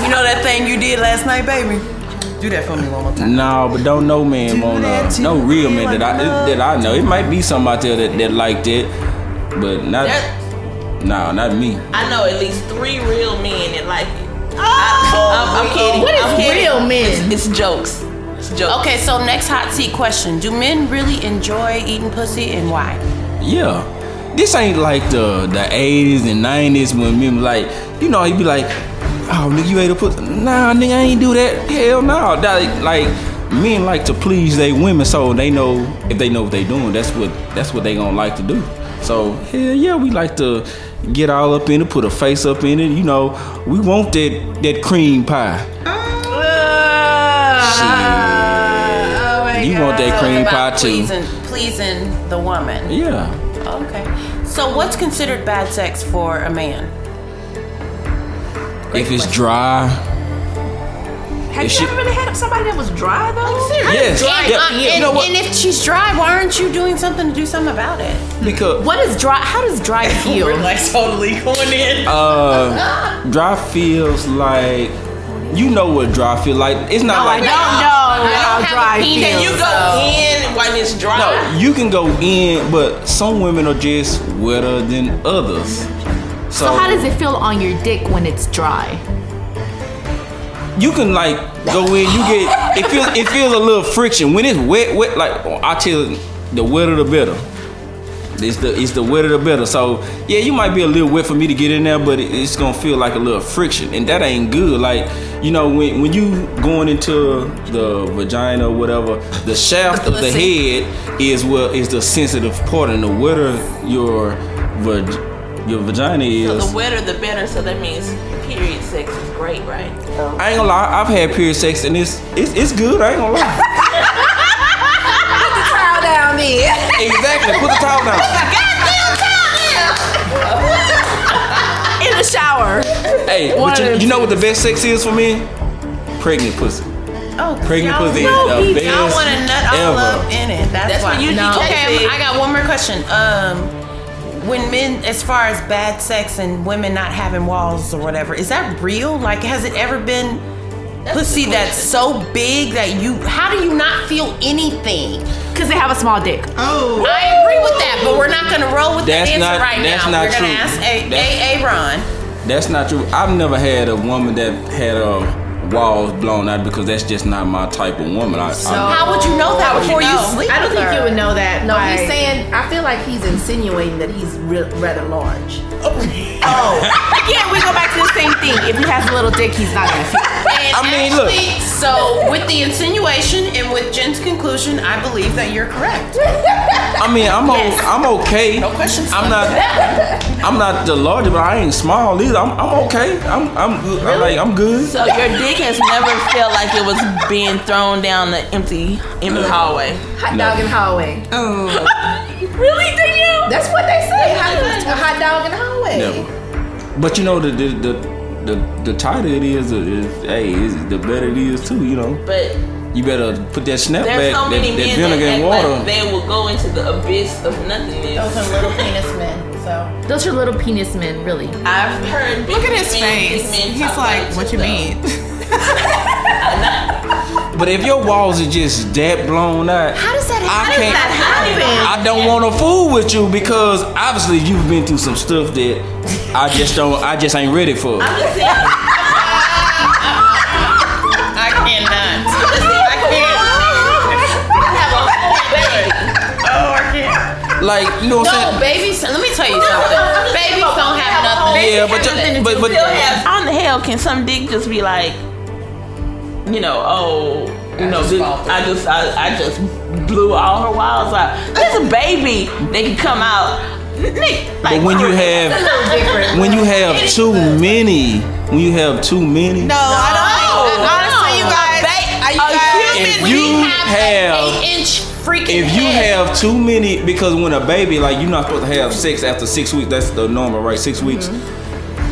S4: nah,
S7: You know that thing you did last night, baby? Do that for me one more time.
S4: nah. But don't no man wanna, no real man that I that I know. It might be somebody out there that that liked it, but not. Nah, not me.
S5: I know at least three real men that like it. I,
S4: Oh,
S5: am kidding.
S3: What is
S5: I'm kidding.
S3: real men?
S5: It's, it's jokes. It's jokes.
S7: Okay, so next hot seat question: Do men really enjoy eating pussy, and why?
S4: Yeah. This ain't like the the 80s and 90s when men like, you know, he'd be like, oh, nigga, you ate a pussy. Nah, nigga, I ain't do that. Hell no. That, like, men like to please they women so they know if they know what they doing, that's what that's what they gonna like to do. So, hell yeah, we like to get all up in it, put a face up in it. You know, we want that that cream pie. Shit.
S7: Oh my
S4: You want that
S7: So it's
S4: cream
S7: about
S4: pie too.
S7: Pleasing, pleasing the woman.
S4: Yeah.
S7: Okay. So what's considered bad sex for a man?
S4: If it's dry.
S3: Have
S4: If
S3: you
S4: she-
S3: ever really had somebody that was dry though?
S4: Yes. Yeah,
S7: uh,
S4: you
S7: and,
S4: know what?
S7: and if she's dry, why aren't you doing something to do something about it?
S4: Because
S6: What is dry? How does dry feel?
S4: Uh, dry feels like you know what dry feel like. It's not like
S6: Oh,
S4: Oh,
S6: know how dry feels.
S5: You go in when it's dry.
S4: no. You can go in, but some women are just wetter than others. So,
S6: So how does it feel on your dick when it's dry?
S4: you can like go in. You get it feels it feels a little friction when it's wet. Wet like I tell you, the wetter the better. It's the it's the wetter the better. So yeah, you might be a little wet for me to get in there, but it, it's gonna feel like a little friction, and that ain't good. Like you know when when you going into the vagina or whatever, the shaft of the head is what is the sensitive part, and the wetter your vag- your vagina is.
S5: The wetter the better, so that means period sex is great, right?
S4: I ain't gonna lie, I've had period sex and it's it's, it's good. I ain't gonna lie. Put the towel down, then. Exactly. Put the towel down.
S7: In the shower.
S4: Hey, but you, you know what the best sex is for me? Pregnant pussy.
S7: Oh,
S4: Pregnant pussy
S7: no,
S4: is the
S7: I
S4: best
S7: want to nut all
S4: ever.
S7: up in it. That's,
S5: That's
S7: why.
S5: what you No. think they
S7: Okay,
S5: did.
S7: I got one more question. Um, when men, as far as bad sex and women not having walls or whatever, is that real? Like, has it ever been pussy that's so big that you? How do you not feel anything?
S6: Because they have a small dick.
S7: I agree with that, but we're not gonna roll with
S4: That's
S7: that answer
S4: not-
S7: right
S4: that's
S7: now.
S4: not
S7: we're
S4: true.
S7: gonna ask a,
S4: That's-
S7: a, a Ron.
S4: That's not true. I've never had a woman that had a walls blown out because that's just not my type of woman. I, I,
S7: How would you know that before you,
S3: know?
S7: sleep?
S3: I don't
S7: with
S3: think
S7: her?
S3: you would know that. No,
S7: Like-
S3: he's saying. I feel like he's insinuating that he's re- rather large.
S4: Oh.
S7: oh, Again, we go back to the same thing. If you have
S6: Has a little dick, he's not gonna feel.
S7: And
S4: I mean, look.
S7: actually, So with the insinuation and with Jen's
S8: conclusion, I believe that you're correct.
S4: I mean, I'm o- I'm okay. No
S8: questions.
S4: I'm not. I'm not the largest, but I ain't small either. I'm, I'm okay. I'm I'm good. I'm like I'm good.
S5: So your dick has never felt like it was being thrown down the empty empty hallway.
S7: Hot dog in
S6: [laughs]
S7: hallway.
S2: Oh,
S5: Really, Danielle?
S7: That's what they say. Hot, a hot dog in the hallway.
S4: Never. But you know the the the the, the tighter it is, it is hey, it's, the better it is too. You know,
S5: But
S4: you better put that
S5: there's
S4: snapback,
S5: so
S4: that,
S5: many
S4: that
S5: men that
S4: vinegar and
S5: act
S4: water.
S5: like they will go into the abyss of nothingness.
S7: Those are little penis men. So
S6: Those are little penis men, really.
S5: I've heard.
S2: look
S5: big
S2: at his
S5: men, big
S2: face.
S5: men
S2: He's
S5: talk
S2: like,
S5: about
S2: "What
S5: it,
S2: you
S5: though."
S2: mean?"
S4: but if your walls are just that blown out,
S6: How does that
S4: I
S6: happen?
S4: can't. I don't want to fool with you because obviously you've been through some stuff that I just don't. I just ain't ready for.
S5: I'm just saying.
S8: I
S5: [laughs]
S8: cannot.
S5: I'm just saying. I can't. I have a whole baby.
S4: Like you know what I'm saying?
S7: no, babies. Let me tell you
S3: [laughs]
S7: something. Babies don't have nothing.
S4: yeah, but you- but but
S5: Still have. How in the hell can some dick just be like, you know, oh, you know, this, I just, I, I just blew all her wiles out. There's a baby that can come out. Nick, like,
S4: but when you have when you have too many, when you have too many,
S2: No, I don't think. Honestly, you guys, are you guys?
S4: if you have
S7: inch freaking.
S4: if you
S7: head.
S4: have too many, because when a baby, like you're not supposed to have sex after six weeks. That's the normal, right? 6 weeks.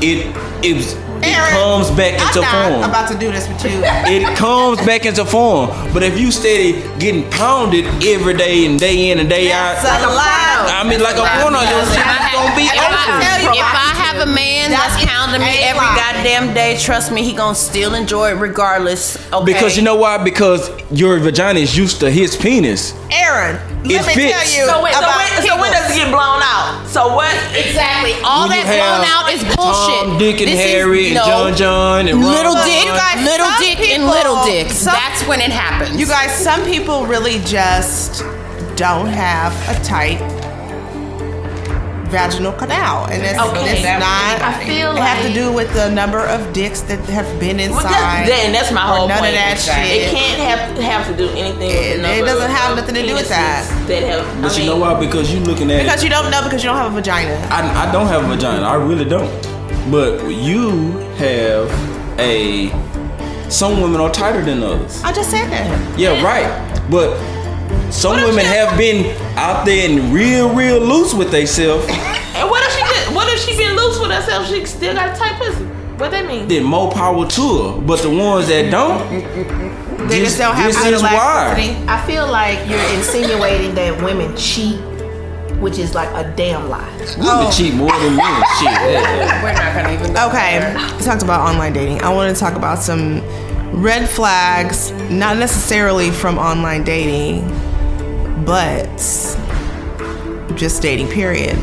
S4: It it, it
S2: Mm-hmm. Aaron,
S4: comes back into
S2: I'm
S4: form.
S2: not about to do this with you.
S4: it comes back into form. But if you steady getting pounded every day and day in and day
S2: That's
S4: out,
S2: a lie.
S4: I mean, like a porno, your shit is gonna be
S8: If
S4: over.
S8: I,
S2: over.
S8: if I have a man
S2: That
S8: that's
S2: is
S8: pounding me
S2: a
S8: every
S2: lie.
S8: goddamn day, trust me, he gonna still enjoy it regardless. Okay.
S4: Because you know why? Because your vagina is used to his penis.
S2: Aaron,
S4: It
S2: let me tell
S4: fits.
S2: you
S5: So when, so,
S2: about
S5: when, so when does it get blown out? So what?
S8: exactly all
S4: When you
S8: that blown
S4: have
S8: out is bullshit.
S4: Tom, Dick, and
S8: This is-
S4: Harry, and
S8: no.
S4: John, John, and Ron,
S8: Little
S4: Ron.
S8: dick,
S2: You guys,
S8: little
S2: some
S8: dick, and
S2: people-
S8: little dicks.
S2: some-
S8: That's when it happens.
S2: You guys, some people really just don't have a tight vaginal canal, and it's,
S7: Okay.
S2: it's not.
S7: I feel
S2: it have to
S7: like-
S2: do with the number of dicks that have been
S5: Well,
S2: inside.
S5: that's, then that's my
S2: or
S5: whole
S2: none of
S5: point.
S2: that
S5: It
S2: shit.
S5: can't have have to do anything.
S2: It-
S5: with the
S2: it
S5: number
S2: doesn't have
S5: of
S2: nothing to do with
S5: penises
S2: that.
S5: That have.
S4: But
S5: I
S4: you know
S5: mean,
S4: why? Because you looking at
S2: because
S4: it.
S2: you don't know because you don't have a vagina.
S4: I, I don't have a vagina. I really don't. But you have a. Some women are tighter than others.
S2: I just said that.
S4: Yeah, right. But some women have been out there and real, real loose with themselves.
S5: And what if she did, what if she been loose with herself? She still got a tight pussy. What that mean?
S4: Then more power to her. But the ones that don't,
S2: They
S4: This-
S2: just don't have
S4: this
S2: good
S4: is why.
S2: elasticity.
S7: I feel like you're insinuating that women cheat, which is like a damn lie.
S4: we
S3: Oh.
S4: can cheat more than men. Shit. [laughs] yeah.
S8: we're not gonna even.
S2: Okay, we talked about online dating. I want to talk about some red flags, not necessarily from online dating, but just dating, period.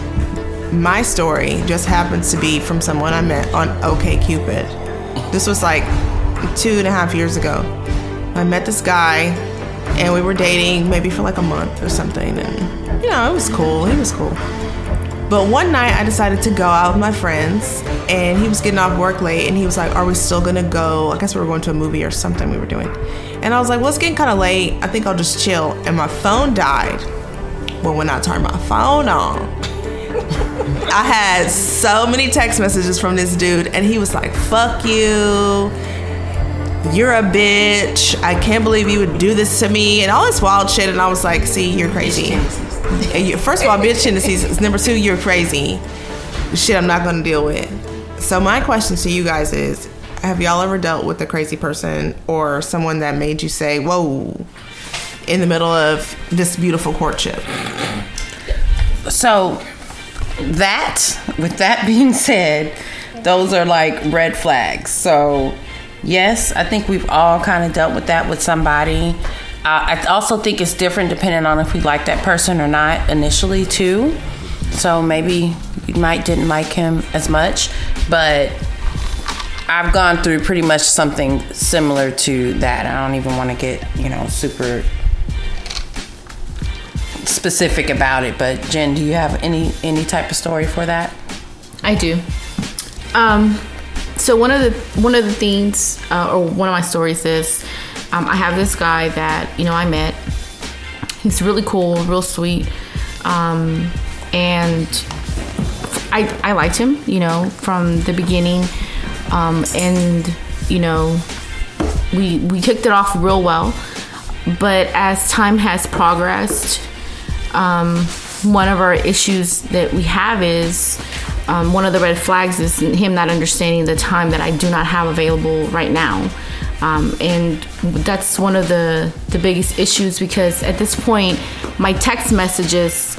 S2: My story just happens to be from someone I met on OKCupid. This was like two and a half years ago. I met this guy and we were dating maybe for like a month or something. And, you know, it was cool. He was cool. But one night I decided to go out with my friends and he was getting off work late and he was like, Are we still gonna go? I guess we were going to a movie or something we were doing. And I was like, Well, it's getting kind of late. I think I'll just chill. And my phone died. Well, when I turned my phone on, I had so many text messages from this dude and he was like, Fuck you. You're a bitch. I can't believe you would do this to me and all this wild shit. And I was like, See, you're crazy. And you- First of all, bitch tendencies. Number two, you're crazy. Shit, I'm not gonna deal with. So my question to you guys is: Have y'all ever dealt with a crazy person or someone that made you say "whoa" in the middle of this beautiful courtship?
S8: So that, with that [laughs] being said, those are like red flags. So yes, I think we've all kind of dealt with that with somebody. Uh, I also think it's different depending on if we like that person or not initially too. So maybe you might didn't like him as much, but I've gone through pretty much something similar to that. I don't even want to get you know super specific about it, but Jen, do you have any any type of story for that?
S6: I do. Um, so one of the one of the things, uh, or one of my stories is, um, I have this guy that you know I met. He's really cool, real sweet, um, and I, I liked him, you know, from the beginning. Um, and, you know, we, we kicked it off real well. But as time has progressed, um, one of our issues that we have is um, one of the red flags is him not understanding the time that I do not have available right now. Um, and that's one of the, the biggest issues because at this point, my text messages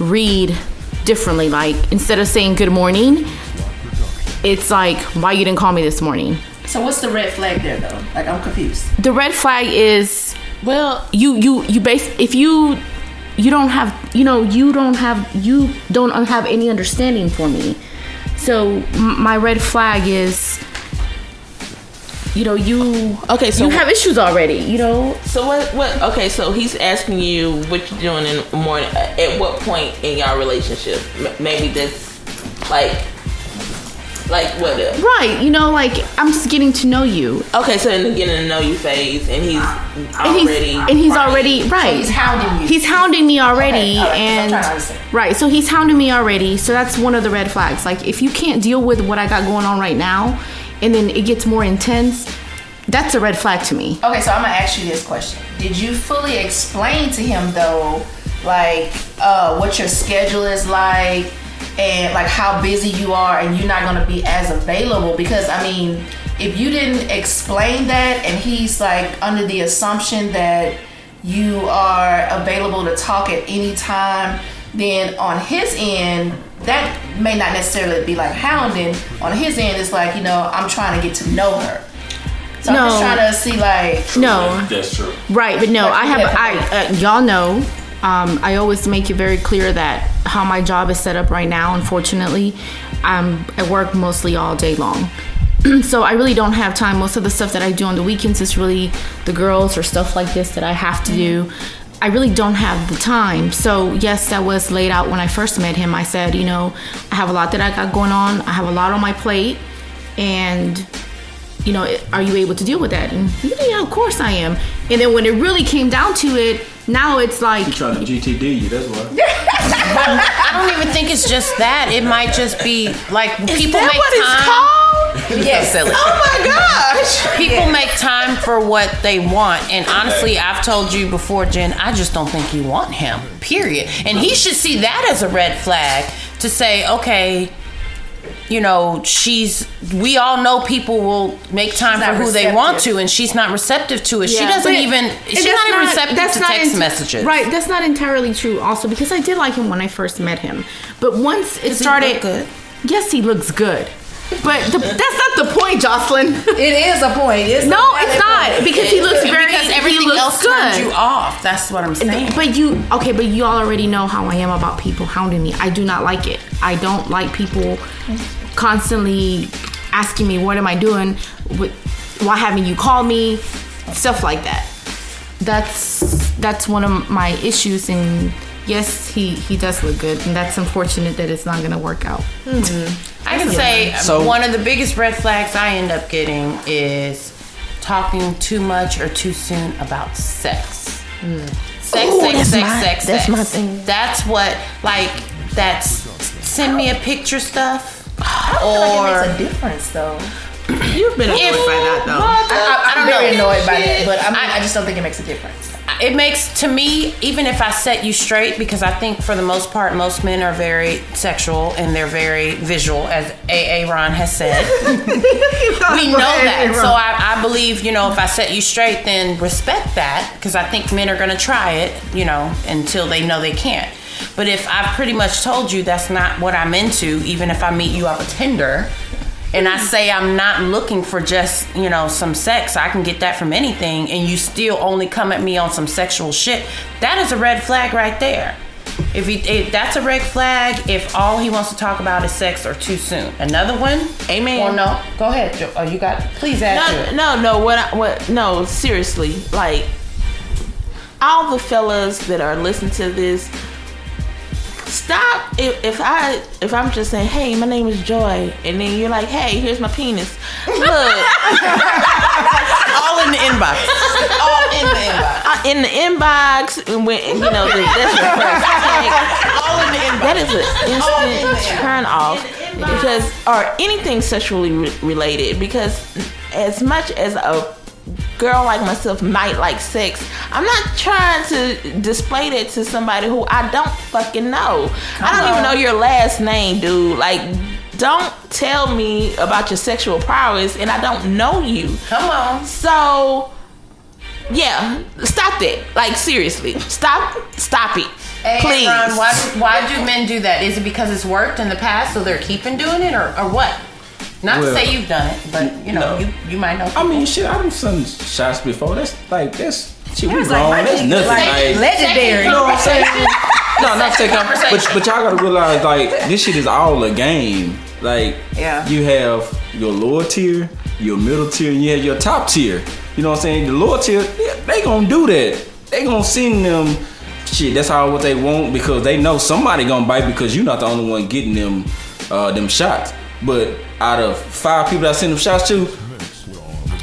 S6: read differently. Like instead of saying good morning, it's like why you didn't call me this morning.
S9: So what's the red flag there though? Like I'm confused.
S6: The red flag is
S3: Well,
S6: you you you base if you you don't have you know you don't have you don't have any understanding for me. So m- my red flag is you know you
S5: Okay, so
S6: you have issues already. You know
S5: So what? What? Okay, so he's asking you what you're doing in the morning. uh, At what point in your relationship? M- maybe that's like, like what? uh,
S6: right? You know like I'm just getting to know you,
S5: Okay, so in the getting to know you phase, and he's
S6: and he's
S5: already
S6: and he's already right.
S3: he's hounding you.
S6: He's hounding me
S3: Okay,
S6: already,
S3: all right, I'm
S6: and
S3: trying to understand.
S6: right, so he's hounding me already. So that's one of the red flags. Like if you can't deal with what I got going on right now, and then it gets more intense, that's a red flag to me.
S3: Okay, so I'm gonna ask you this question. Did you fully explain to him though, like uh, what your schedule is like, and like how busy you are, and you're not gonna be as available? Because I mean, if you didn't explain that, and he's like under the assumption that you are available to talk at any time, then on his end. That may not necessarily be like hounding. On his end, it's like, you know, I'm trying to get to know her. So I'm just
S6: No.
S3: trying to see, like,
S6: No,
S4: That's true.
S6: right, but no, I have. I uh, y'all know. Um, I always make it very clear that how my job is set up right now. Unfortunately, I'm at work mostly all day long, [clears throat] so I really don't have time. Most of the stuff that I do on the weekends is really the girls or stuff like this that I have to do. I really don't have the time. So, yes, that was laid out when I first met him. I said, you know, I have a lot that I got going on. I have a lot on my plate. And you know, are you able to deal with that? And yeah, yeah, of course I am. And then when it really came down to it, now it's like,
S4: Trying to GTD you. That's why.
S7: I don't even think it's just that. It might just be like people
S2: that
S7: make
S2: what it's
S7: time. [laughs]
S3: yes.
S2: Oh my gosh.
S7: People make time for what they want, and honestly, I've told you before, Jen. I just don't think you want him. Period. And he should see that as a red flag to say, okay, you know, she's. We all know people will make time
S3: not
S7: for who they want
S3: receptive.
S7: to, and she's not receptive to it. She doesn't
S6: But-
S7: even.
S6: and
S7: She's
S6: that's
S7: not even receptive
S6: that's
S7: to
S6: not
S7: text
S6: ent-
S7: messages.
S6: Right, that's not entirely true. Also, because I did like him when I first met him, but once it started,
S7: good?
S6: yes, he looks good. But the, that's not the point,
S3: It
S6: Jocelyn.
S3: is a point. It's
S6: No,
S3: a valid
S6: it's not
S3: point.
S6: because he looks very.
S7: Because
S6: he
S7: everything
S6: looks
S7: else
S6: good.
S7: turns you off. That's what I'm saying.
S6: But you okay? But you all already know how I am about people hounding me. I do not like it. I don't like people constantly asking me what am I doing, What- why haven't you called me, stuff like that. That's that's one of my issues. And yes, he he does look good, and that's unfortunate that it's not gonna work out.
S7: I can say
S4: So-
S7: one of the biggest red flags I end up getting is talking too much or too soon about sex. Sex, sex, sex, sex, Mm. That's my thing. That's what like that's send me a picture stuff.
S3: I feel like
S7: Or
S3: it makes a difference though.
S2: You've been annoyed by that though.
S3: I, am
S7: don't
S3: very
S7: know.
S3: annoyed by that, but I, mean,
S7: I-
S3: I just don't think it makes a difference.
S7: it makes to me even if i set you straight because i think for the most part most men are very sexual and they're very visual as aa ron has said we know that so I, I believe you know if i set you straight then respect that because i think men are going to try it you know until they know they can't but if i've pretty much told you that's not what i'm into even if i meet you off a tinder and I say I'm not looking for just, you know, some sex, I can get that from anything, and you still only come at me on some sexual shit, that is a red flag right there. If, he, if that's a red flag, if all he wants to talk about is sex or too soon. Another one?
S5: Amen.
S7: Well, no. Go ahead. Jo- Oh, you got. Please add to it.
S5: No, no, no. What? I, what? No, seriously. Like all the fellas that are listening to this, stop. If, if I if I'm just saying, hey, my name is Joy, and then you're like, hey, here's my penis. Look,
S7: All in the inbox. All in the inbox.
S5: out in the inbox and when you know the, that's the first like, That is an instant turn off because or anything sexually re- related because as much as a girl like myself might like sex, I'm not trying to display that to somebody who I don't fucking know. I don't even know your last name, dude. Like. Don't tell me about your sexual prowess, and I don't know you.
S7: Come on.
S5: So, yeah, stop that. Like seriously, stop, stop it,
S7: Hey,
S5: please.
S7: Ron, why, why do men do that? Is it because it's worked in the past, so they're keeping doing it, or, or what? Not
S4: Well,
S7: to say you've done it, but you
S4: no.
S7: know, you, you might know.
S4: I mean, shit, I done some shots before. That's like that's shit. We
S3: That's
S4: wrong.
S3: like my
S4: That's
S3: dick.
S4: nothing.
S3: Like,
S4: Like,
S3: legendary.
S4: you know what I'm saying? no, not second. But but y'all gotta realize like this shit is all a game. Like
S3: Yeah.
S4: you have your lower tier, your middle tier, and you have your top tier. You know what I'm saying? The lower tier, they- they gonna do that. They gonna send them shit. That's all what they want because they know somebody gonna bite because you're not the only one getting them uh, them shots. But out of five people I send them shots to,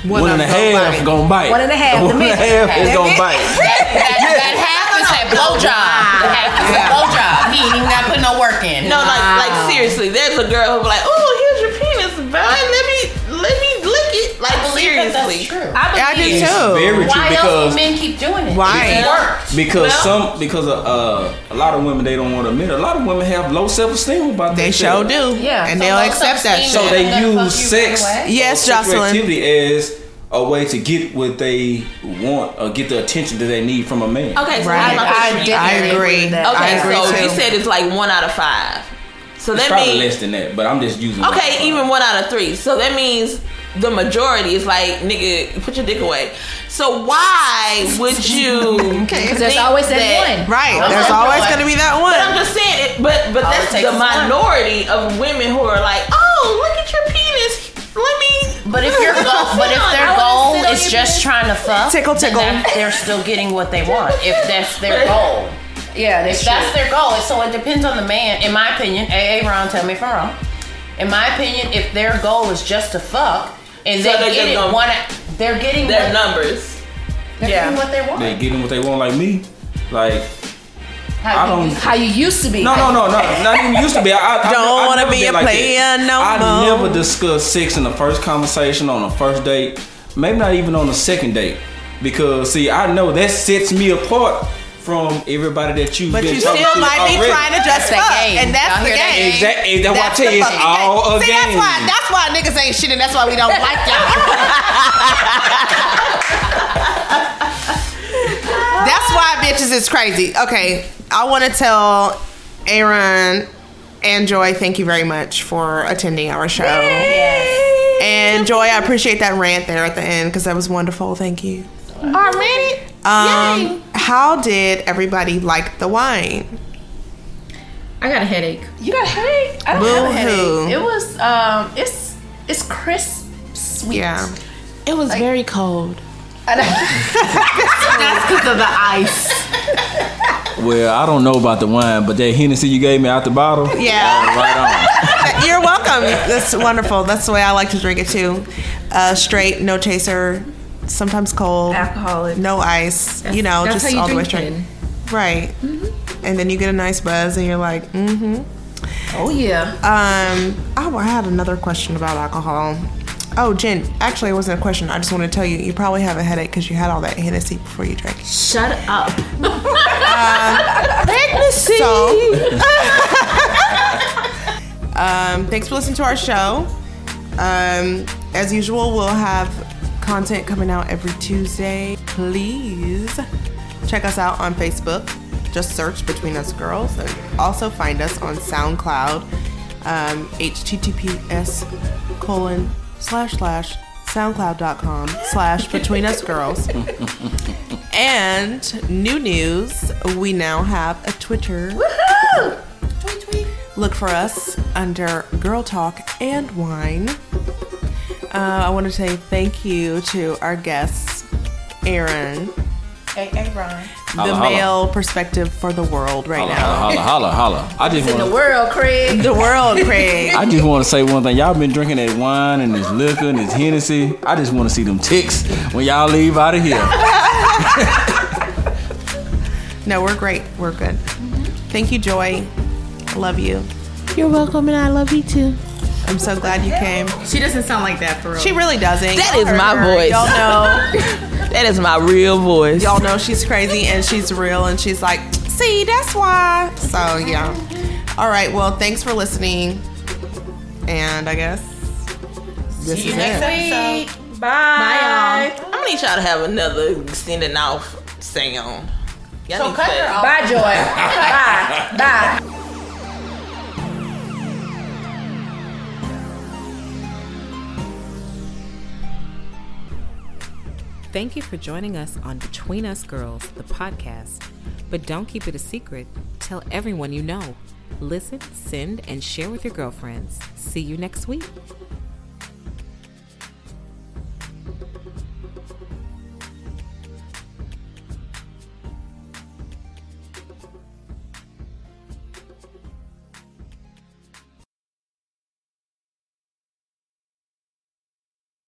S4: one, and a half gonna bite.
S3: One and a half,
S4: [laughs] One
S3: the
S4: and a
S3: mix.
S4: half is
S3: The
S4: gonna
S3: mix.
S4: bite.
S7: That half is that blowjob. That half is that blowjob. He ain't even got to put no work in.
S5: no, like like seriously, there's a girl who be like, oh, here's your penis, bud. Let me let me lick it. Like
S7: Seriously.
S5: seriously,
S7: true.
S2: I do
S4: It's
S2: too.
S4: very true
S7: Why else
S4: because
S7: do men keep doing it?
S2: Why?
S7: It worked.
S4: because some because of, uh, a lot of women they don't want to admit. it. A lot of women have low self esteem about
S2: They show
S4: themselves.
S2: do.
S7: Yeah.
S2: And
S7: so
S2: they'll
S7: low
S2: accept that
S7: self-esteem
S2: shit.
S4: So
S7: is
S4: they
S7: gonna fuck
S4: use
S7: you
S4: sex-
S7: anyway.
S2: Yes,
S4: Sexual
S2: Jocelyn.
S4: activity as a way to get what they want or get the attention that they need from a man.
S5: Okay, so
S2: Right.
S5: that's my
S2: I,
S5: question.
S3: did-
S2: I
S3: definitely agree
S2: agree.
S3: with that.
S2: I
S5: Okay,
S2: agree
S5: so
S2: too.
S5: you said it's like one out of five. So
S4: It's
S5: that
S4: probably
S5: means
S4: less than that, but I'm just using.
S5: Okay, even one out of three. So that means the majority is like, nigga, put your dick away. So why would
S7: [laughs]
S5: you?
S2: Okay.
S5: think
S2: There's
S3: There's always that one.
S2: right. There's always going to be that
S5: But I'm
S2: one.
S5: just saying, it, but but
S7: All it
S5: that's
S7: takes
S5: the
S7: is one.
S5: minority of women who are like, oh, look at your penis. Let me.
S7: But if your goal,
S5: [laughs]
S7: but if their
S5: I wanna
S7: goal
S5: sit on
S7: is
S5: your
S7: just
S5: penis.
S7: trying to fuck,
S2: Tickle,
S7: then
S2: tickle.
S7: that- they're still getting what they want. If that's
S5: [laughs]
S7: their goal,
S3: Yeah,
S7: if that's their goal, so it depends on the man. In my opinion, AA Ron, tell me if I'm wrong. In my opinion, if their goal is just to fuck and
S5: So
S7: they
S5: they're
S7: get
S5: just
S7: it,
S5: gonna-
S7: wanna, they're getting what,
S5: their numbers.
S7: they're
S3: yeah.
S7: getting what they want.
S4: they getting what they want, like me. Like
S7: How
S4: I
S7: you-
S4: don't.
S3: how you used to be.
S4: No, no, no, no. Not even used to be. I, I
S2: Don't
S4: I
S2: wanna
S4: never
S2: be
S4: been
S2: a player
S4: that.
S2: no
S4: I
S2: more.
S4: never discussed sex in the first conversation, on the first date, maybe not even on the second date, because see, I know that sets me apart from everybody that you've
S5: [laughs]
S2: But
S4: been
S2: you
S4: talking
S2: still
S4: to
S2: might be
S4: already.
S2: trying to dress
S7: That's
S2: up.
S7: that game.
S2: And that's
S7: Y'all
S2: the
S7: hear that?
S2: game.
S4: Exactly. That's why I
S2: That's
S4: tell you,
S2: the
S4: it's
S2: fucking
S4: all a
S2: game. See, that's
S4: game.
S2: why, that's why niggas ain't shit and that's why we don't like y'all. that's why bitches is crazy. Okay, I want to tell Aaron and Joy, thank you very much for attending our show. And Joy, I appreciate that rant there at the end because that was wonderful. Thank you.
S5: Already?
S2: Um, how did everybody like the wine?
S6: I got a headache.
S3: You got a headache? I don't have a
S2: Boo-hoo.
S3: headache. It was um it's it's crisp sweet.
S2: Yeah.
S5: It was very cold.
S3: And I-
S6: That's because of the ice.
S4: Well, I don't know about the wine, but that Hennessy you gave me out
S2: [laughs]
S4: the bottle,
S2: Yeah.
S4: right on.
S2: You're welcome. That's wonderful. That's the way I like to drink it too. Uh, straight, no chaser, sometimes cold,
S3: Alcoholic.
S2: no ice. you know,
S6: That's
S2: just
S6: how you
S2: all the way
S6: drink Mm-hmm.
S2: straight.
S6: gin.
S2: Right. And then you get a nice buzz, and you're like, mm-hmm.
S3: oh yeah.
S2: Um, oh, I had another question about alcohol. Oh, Jen, actually, it wasn't a question. I just want to tell you, you probably have a headache because you had all that Hennessy before you drank. it.
S6: Shut
S2: [laughs]
S6: up. [laughs]
S2: So, um, thanks for listening to our show. Um, as usual, we'll have content coming out every Tuesday. Please check us out on Facebook. Just search Between Us Girls. And also find us on SoundCloud, um, https colon slash slash soundcloud.com slash Between Us Girls. and new news, we now have a Twitter. Look for us under Girl Talk and Wine. Uh, I want to say thank you to our guests, Aaron,
S7: AA Ron.
S2: the
S4: Holla, holla.
S2: male perspective for the world right
S4: Holla,
S2: now.
S4: holla, holla, holla. I just want
S3: The world, Craig.
S2: The world, Craig.
S4: I just want to say one thing. Y'all been drinking that wine and this liquor and this Hennessy. I just want to see them ticks when y'all leave out of here.
S2: No, we're great. We're good. Thank you, Joy. I love you.
S10: You're welcome, and I love you too.
S2: I'm so glad you came.
S6: She doesn't sound like that for real.
S2: She really doesn't.
S11: That is my
S2: Her-
S11: voice.
S10: [laughs]
S2: Y'all know.
S11: That is my real voice.
S2: Y'all know she's crazy and she's real and she's like, see, that's why. So yeah. All right. Well, thanks for listening. And I guess this is it.
S5: Bye. Bye,
S11: I'm gonna need y'all to have another sending off sound. Y'all need to say-
S5: y'all. Bye, Joy. Bye. Bye.
S1: Thank you for joining us on Between Us Girls, the podcast. But don't keep it a secret. Tell everyone you know. Listen, send, and share with your girlfriends. See you next week.